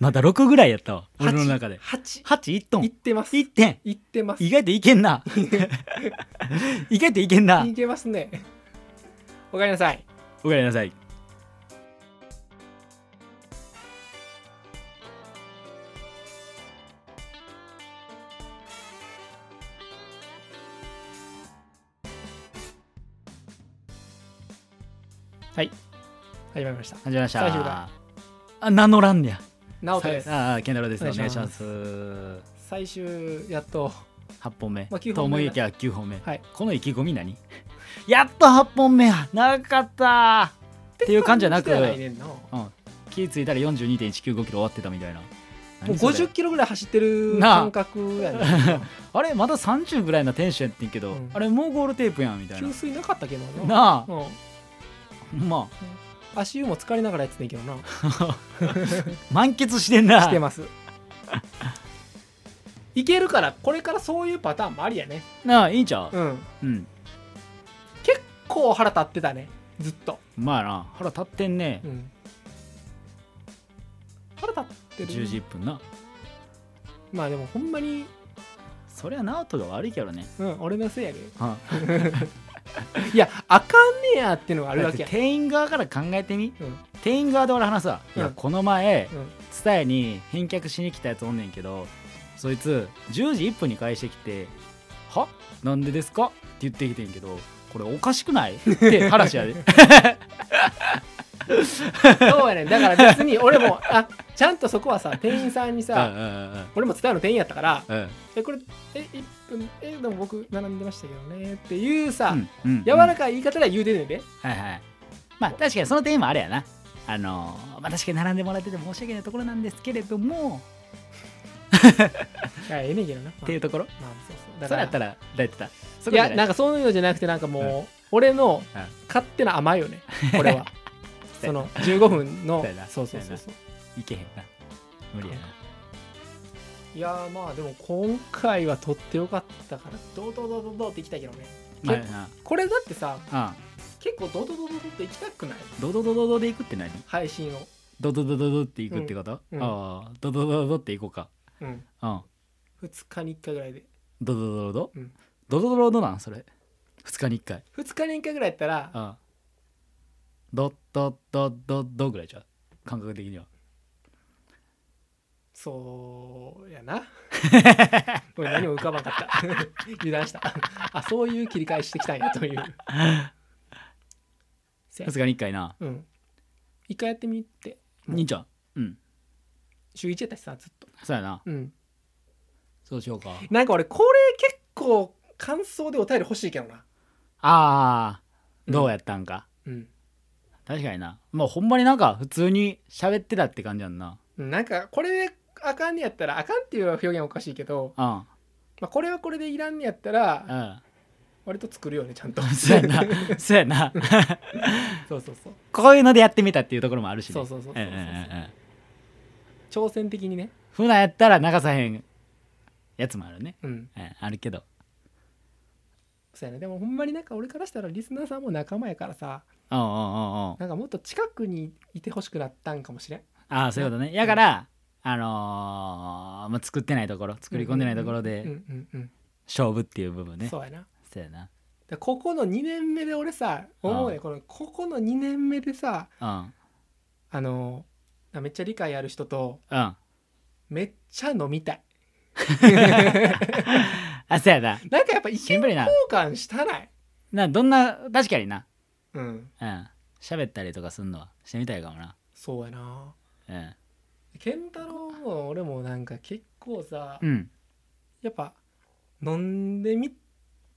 まだ6ぐらいやったわ八俺の中で八8一トいっンてます1点いってます意外といけんな 意外といけんないけますね おかえりなさいおかえりなさい始まりました始まりました最終だあ名乗らんねや直人ですああ健太郎ですおお願願いいししまます最終やっと8本目、まあ九と本思目いきや9本目、はいこの意気込み何やっと8本目や長かったっていう感じじゃなく来ていねんなもうん、気付いたら42.195キロ終わってたみたいなう何それ50キロぐらい走ってるなあ感覚やね あれまだ30ぐらいなテンションやってんけど、うんあれもうゴールテープやんみたいな給水なかったけどななあうんまあ足湯も疲れながらやってたけどな満喫してんなし てますいけるからこれからそういうパターンもありやねなあいいんちゃううんうん、結構腹立ってたねずっと、まあな腹立ってんね、うん、腹立って10る時1分なまあでもほんまに、そりゃナオトが悪いけどね、うん、俺のせいや でうん、いやあかんねやってのがああるわけや店員側から考えてみうん店員側で俺話すわ、いやうんこの前うん蔦屋に返却しに来たやつおんねんけどそいつ10時1分に返してきて「はなんでですか?」って言ってきてんけどこれおかしくないって話やでそうやねんだから別に俺もあちゃんとそこはさ店員さんにうん さうん俺も伝えの店員やったからうんうんえこれえ一分えでも僕並んでましたけどねっていうさ、うんうん柔らかい言い方では言うてんねんではいはいまあ確かにその点もあれやなあのーまあ確かに並んでもらってて申し訳ないところなんですけれどもいやええねんけどな、まあっていうところまあそうそうそれやったらどうやってたそこいじゃやないなんかそういうのじゃなくてなんかもう、俺のうん勝手な甘いよねこれ はその15分のそうやなそうそうそうそういけへんな無理やないやーまあでも今回は取ってよかったからドドドドドっていきたいけどねまあやなこれだってさあ結構ドドドドドっていきたくないドドドドドでいくって何配信をドドドドドっていくってこと、うんうんああドドドドドっていこうかうんうん2日に1回ぐらいでドドドドド、うんドドドドドなんそれ2日に1回2日に1回ぐらいやったらああドドドドドぐらいじゃう感覚的にはそうや なごめん何も浮かばなかった 油断したあそういう切り返してきたんやというせや2日に1回なうん一回やってみてうん兄ちゃんうん週一やったしさずっとそうやなうんそうしようかなんか俺これ結構感想でお便り欲しいけどなああうんどうやったんか、うん確かになまあほんまになんか普通に喋ってたって感じやんななんかこれであかんねやったらあかんっていう表現はおかしいけど、うんまあ、これはこれでいらんねやったらうん割と作るよねちゃんと そうやなそうやな そうそうそうこういうのでやってみたっていうところもあるしねそうそうそうそうそううんうんうんうん挑戦的にね普段やったら流さへんやつもあるね、うんうん、あるけどそうやねでもほんまになんか俺からしたらリスナーさんも仲間やからさうんうんうんうんなんかもっと近くにいてほしくなったんかもしれんああそういうことねやから、あのーまあ、作ってないところ作り込んでないところうんうでんうん、勝負っていう部分ね、そうやなそうやなでここの2年目で俺さ思ううねこのここの2年目でさうんあのあめっちゃ理解ある人とうんめっちゃ飲みたいあそうやななんかやっぱ意見シン交プルな換したないなどんな確かになうんうん喋ったりとかすんのはしてみたいかもなそうやなうん健太郎も俺もなんか結構さ、うんやっぱ飲んでみ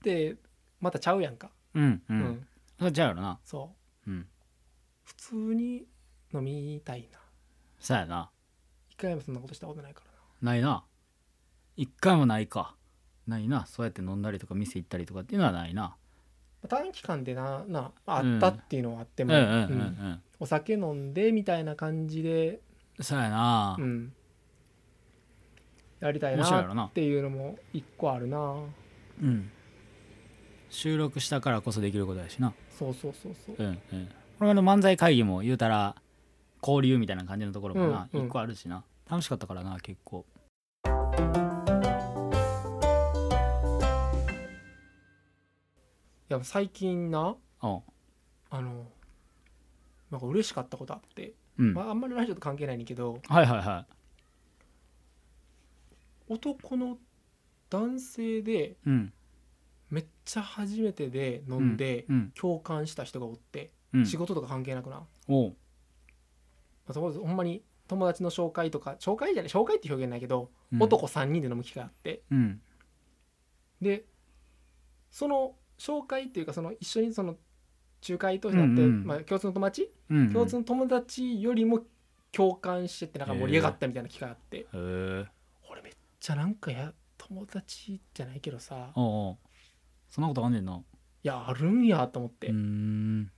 てまたちゃうやんかうんう、うんそうちゃうやろなそううん普通に飲みたいなそうやな一回もそんなことしたことないからなないな一回もないかないなそうやって飲んだりとか店行ったりとかっていうのはないなまあ短期間でななああったっていうのはあってうんも、うんうんううんんお酒飲んでみたいな感じで、そうやな、うん、やりたい面白いやろななっていうのも一個あるなうん、収録したからこそできることやしなそうそうそうそううんうんこれまでの漫才会議も言うたら交流みたいな感じのところもな、うんうん一個あるしな楽しかったからな結構や最近なうんあのなんか嬉しかったことあって、うん、まあ、あんまりラジオと関係ないねんけどはいはいは男の男性でいうんめっちゃ初めてで飲んで、うん共感した人がおって、うん仕事とか関係なくな、まおうあ、そこでほんまに友達の紹介とか紹介じゃない紹介って表現ないけど、うん男3人で飲む機会あってうんでその紹介っていうかその一緒にその仲介としてなって、うんうんまあ、共通の友達、うん共通の友達よりも共感してってなんか盛り上がったみたいな機会あって、へえ俺めっちゃなんかや友達じゃないけどさおうおうそんなことあんねんないやあるんやと思って、うーん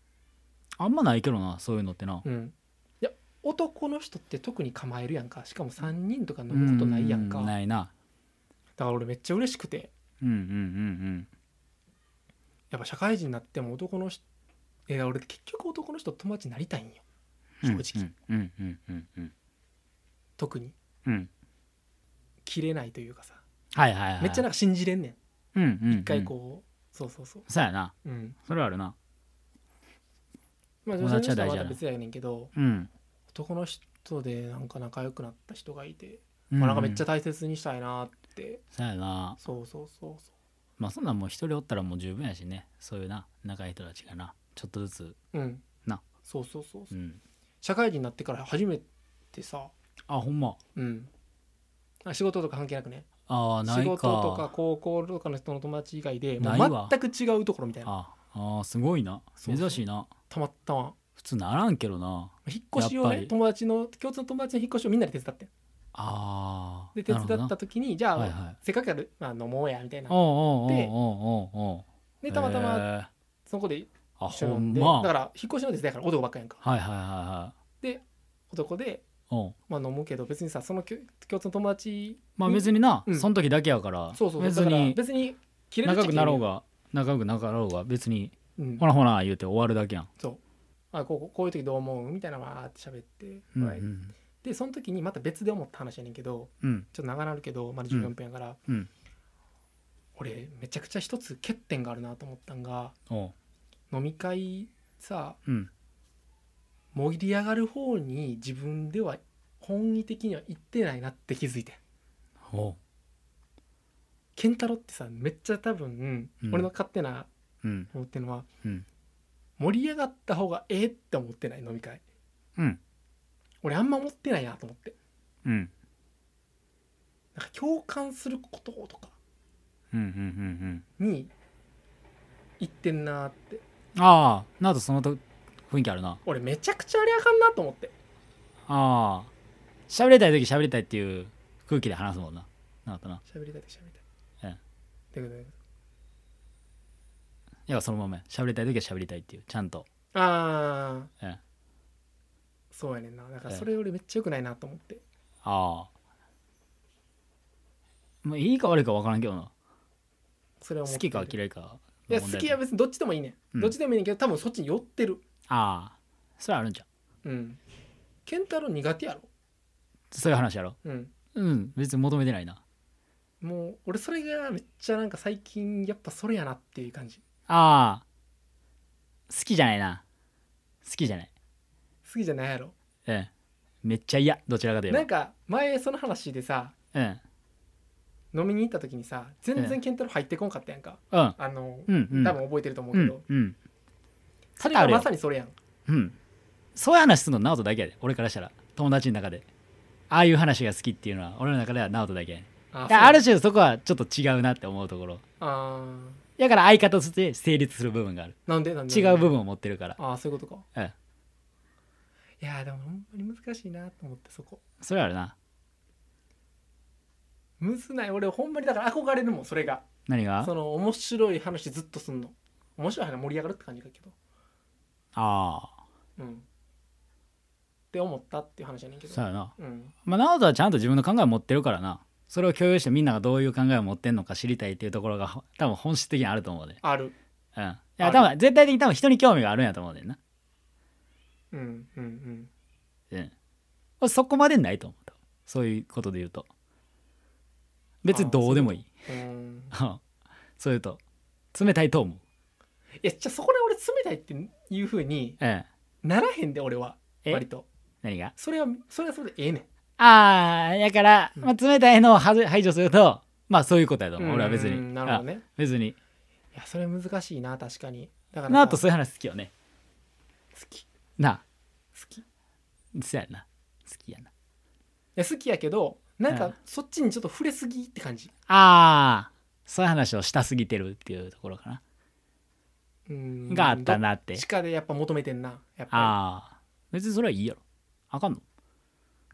あんまないけどなそういうのってなうんいや男の人って特に構えるやんかしかも3人とか飲むことないやんかうだかないなら俺めっちゃ嬉しくてうんうんうんやっぱ社会人になっても男の人いや俺結局男の人と友達になりたいんようん正直うんうんうんうん特にうんうん切れないというかさはいはいはいめっちゃなんか信じれんねうんうんうんん一回こうそうそうそうそうやなうんそれはあるなまあ女友性達は大事の人はまやなた別やねんけどうん男の人でなんか仲良くなった人がいてままあなんかめっちゃ大切にしたいなってそうやなそうそうそうそまあそんなんもう一人おったらもう十分やしねそういうな仲いい人たちがなちょっとずつううんなそうそうそうそううん社会人になってから初めてさあほんまうん、あ仕事とか関係なくねああないか仕事とか高校とかの人の友達以外でもないわう全く違うところみたいなああーすごいなそうそ珍うしいなたまったま普通ならんけどな引っ越しをやっぱねり友達の共通の友達の引っ越しをみんなで手伝ってんああで手伝った時にじゃあ、はいはいせっかくやる、まあ、飲もうやみたいなおうおうおうおでうおうおうでたまたまへーそこであ一緒ほに飲んんで、まだから引っ越しの手伝いから男ばっかやんかはいはいはいはい男で、おうまあ、飲むけど別にさそのきょ共通の友達まあ別にな、うんその時だけやからそうそう別だからに別に切れるっちゃ仲良くなろう切が仲良くなかろうが別にれる、うんほらほら言うて終わるだけやん、そうあこうこういう時どう思うみたいなわーって喋って、うんうはいんでその時にまた別で思った話やねんけどうんちょっと長なるけどまだ14分やから、うんうん俺めちゃくちゃ一つ欠点があるなと思ったんがおう飲み会さうん盛り上がる方に自分では本意的には行ってないなって気づいてんおうケンタロウってさめっちゃ多分、うん俺の勝手なうん思ってるのは、うん盛り上がった方がええって思ってない飲み会うん俺あんま思ってないなと思ってうんなんか共感することとかうんうんうんに行ってんなーってうんああなとそのと雰囲気あるな俺めちゃくちゃあれあかんなと思ってああ喋りたい時喋りたいっていう空気で話すもんななかったな喋りたい時喋りたい。えということでいやそのままや喋りたい時は喋りたいっていうちゃんとああ、ええそうやねんな。だからそれ俺めっちゃ良くないなと思って。ああまあいいか悪いか分からんけどなそれは思好ってきるか嫌いかいのや問題好きは別にどっちでもいいねん、うんどっちでもいいねんけど多分そっちに寄ってる。ああそれはあるんじゃんうん。ケンタロウ苦手やろ。そういう話やろうん。うん別に求めてないなもう俺それがめっちゃなんか最近やっぱそれやなっていう感じ。ああ好きじゃないな好きじゃない好きじゃないやろ。うんめっちゃ嫌どちらかといえばなんか前その話でさうん飲みに行った時にさ全然ケンタロウ入ってこんかったやんか。うんあの、うんうん多分覚えてると思ううけんど。うんそれ多々あがるよまさにそれやん。うんそういう話するの直人だけやで俺からしたら友達の中でああいう話が好きっていうのは俺の中では直人だけやねあだからあるし。種そこはちょっと違うなって思うところあだから相方として成立する部分があるーなんでなんで違う部分を持ってるからああそういうことかえいやーでもほんまに難しいなと思ってそこそれはあるなむずない俺ほんまにだから憧れるもんそれが何がその面白い話ずっとすんの面白い話盛り上がるって感じだけどああうんって思ったっていう話やねんけどそうやなうんまあ直人はちゃんと自分の考えを持ってるからなそれを共有してみんながどういう考えを持ってんのか知りたいっていうところがほ多分本質的にあると思うであるうんいあやる多分絶対的に多分人に興味があるんやと思うねんなうんうんうんうん俺そこまでないと思うそういうことで言うと別にどうでもいいうん そういうと冷たいと思ういやじゃあそこで俺冷たいっていうふうにうんならへんで俺はえ割と何がそれはそれはそれでええねんああだから、うんまあ、冷たいのをはず排除するとまあそういうことやと思う、うん俺は別になるほどあね別にいやそれ難しいな確かにだからなあとさそういう話好きよね好き好なきいあそうやな好きやなや好きやけどなんうんかそっちにちょっと触れすぎって感じああそういう話をしたすぎてるっていうところかな、うんがあったなってどっちかでやっぱ求めてんなやっぱああ別にそれはいいやろあかんの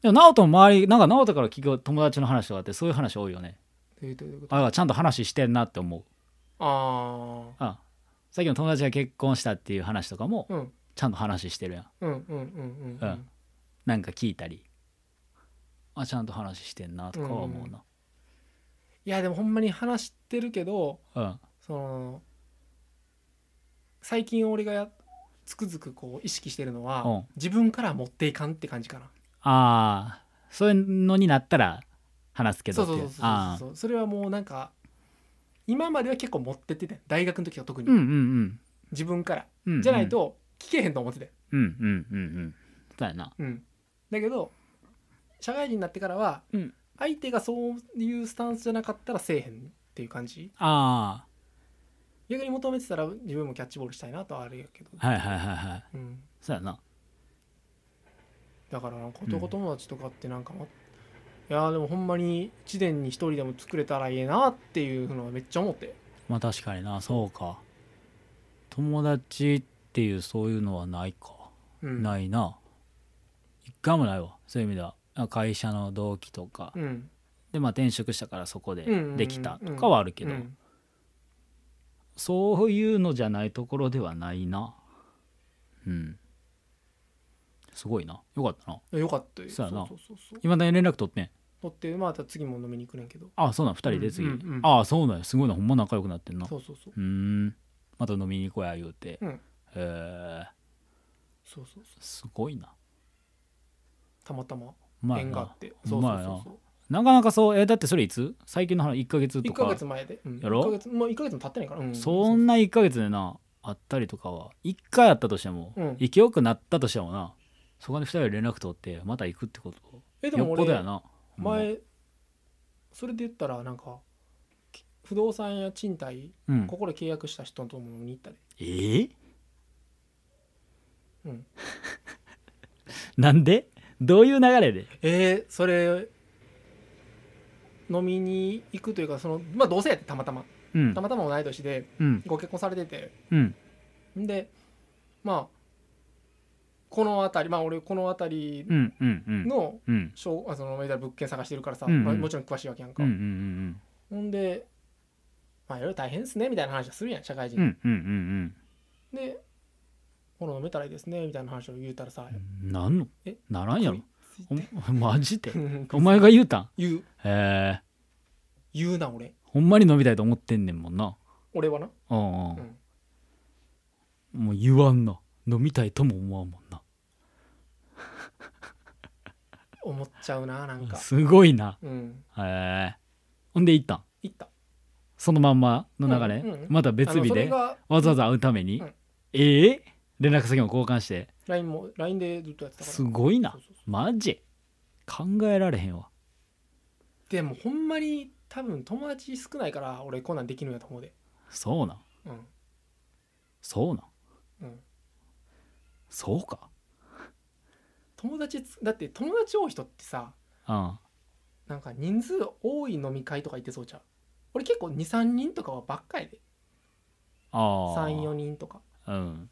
でも直人も周りなんか直人から聞く友達の話とかってそういう話多いよねりどういうことあちゃんと話してんなって思うああさっきの友達が結婚したっていう話とかもあうんちゃんと話してるやんうんうんうんううんんなんか聞いたりあちゃんと話してんなとかは思うないやでもほんまに話してるけどうんその最近俺がやつくづくこう意識してるのは、うん自分から持っていかんって感じかなああそういうのになったら話すけそどうっていそうそううそうあそうそれはもうなんか今までは結構持ってってて大学の時は特ーに、うんうんうん自分からうんうんじゃないと聞けへんと思ってて、うんうんうんうんそうやなうん、だけど社会人になってからは、うん相手がそういうスタンスじゃなかったらせえへんっていう感じあ逆に求めてたら自分もキャッチボールしたいなとはあれやけど、あはいはいはいはいうん、そうやなだからなんか男友達とかってなんかも、いやーでもほんまに一年に一人でも作れたらいいなっていうのはめっちゃ思ってまあ確かになそうか友達っていうそういうのはないか、うんないな一回もないわそういう意味ではあ会社の同期とか、うんでまあ転職したからそこでうんうんうんできたとかはあるけど、うんそういうのじゃないところではないなうんすごいなよかったないやよかったよそうやなそうそうそう今だに連絡取ってん取ってまた次も飲みに行くねんけどあそうなん2人で次、うんうんうんああそうなんやすごいなほんま仲良くなってんなそうそうそううーんまた飲みに行こうや言うて、うんへえそうそうそうすごいなたまたまうまい縁があなってうそうそうまいそうそなうなかなかそうえだってそれいつ最近の話1ヶ月と1かか月前で、うん、やろ1ヶ月もう1か月も経ってないから、うん、そんな1ヶ月でなあったりとかは1回あったとしても、うん勢よくなったとしてもなそこに2人で連絡取ってまた行くってことえでよもっ俺ぽどやな前それで言ったらなんかき不動産や賃貸うん、うんここで契約した人とも飲みに行ったでえーうんなんでどういう流れでえー、それ飲みに行くというかそのまあ同性やってたまたまうんたまたま同い年でうんご結婚されててうんんでまあこの辺りまあ俺この辺りうんうんうんのうんしょうあそのいわゆる物件探してるからさ、うんうんまあ、もちろん詳しいわけやんうか、んうんほんでまあいろいろ大変ですねみたいな話をするやん社会人、うんうんうんうんでこの飲めたらいいですねみたいな話を言うたらさ、うんなんのえならんやろついおてマジでお前が言うたん言うへえ言うな俺ほんまに飲みたいと思ってんねんもんな俺はな、うんううんん、もう言わんな飲みたいとも思わんもんな思っちゃうななんかすごいなうんへえほんで行ったん行ったそのまんまの流れ、うんうんまた別日あのそれでわがざわざ会うために、うんええ連絡先も交換して LINE も LINE でずっとやってたからすごいなそうそうそマジ考えられへんわうでもほんまに多分友達少ないから俺こんなんできるんやと思うでそうなんうんそうなんうんそうか友達つだって友達多い人ってさうんなんか人数多い飲み会とか行ってそうじゃん俺結構23人とかはばっかりでああ34人とかうん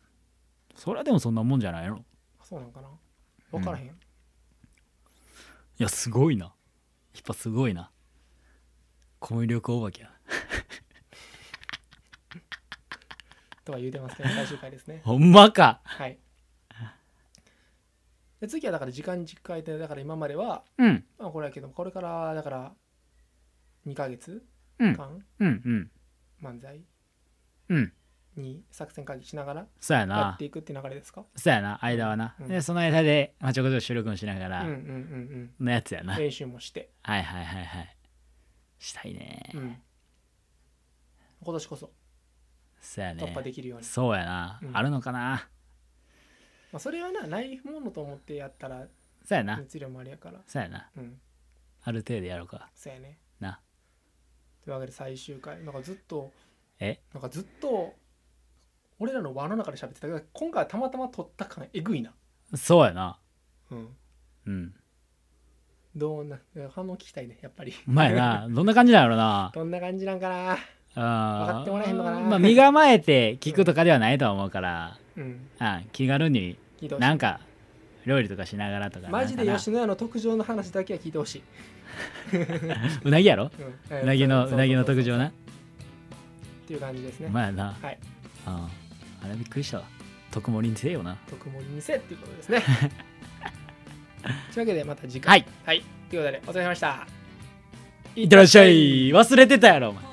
そりゃでもそんなもんじゃないのそうなんかな分からへん、いやすごいなやっぱすごいなコミュ力お化けやとか言うてますけど最終回で すねほんまかはい。で次はだから時間軸回転だから今までは、うんまあ、これやけどこれからだから2ヶ月うん間うんうん漫才うんに作戦会議しながらそうややっなていくって流れですかそうやな間はな、うんでその間で、まあ、ちょこちょこ収録もしながうんうんらうんのやつやうな、ん練習 もして、はいはいはいはいしたいね、うん、今年こそそうやね突破できるように、そうやな、うんあるのかなまあ、それはなないものと思ってやったらそうやな、熱量もあれやからそうやなうんある程度やろうかそうやねなというわけで最終回なんかずっとえなんかずっと俺らの輪の中で喋ってたけど今回はたまたま撮った感えぐいな、そうやなうん、うんどうな反応聞きたいねやっぱり うまいなどんな感じなんやろなどんな感じなんかなあー分かってもらえへんのかなまあ、身構えて聞くとかではないとは思うから、うんあ気軽に聞いてほしなんか料理とかしながらとかいマジなでんかな吉野家の特上の話だけは聞いてほしい、うなぎやろうんうなぎのうなぎの特徴ねなっていう感じですね、まあやなはいうんあれびっくりしたわ特盛りにせえよな特盛りにせっていうことで すねというわけでまた次回はいはい、ということでお疲れ様でしたいってらっしゃい忘れてたやろお前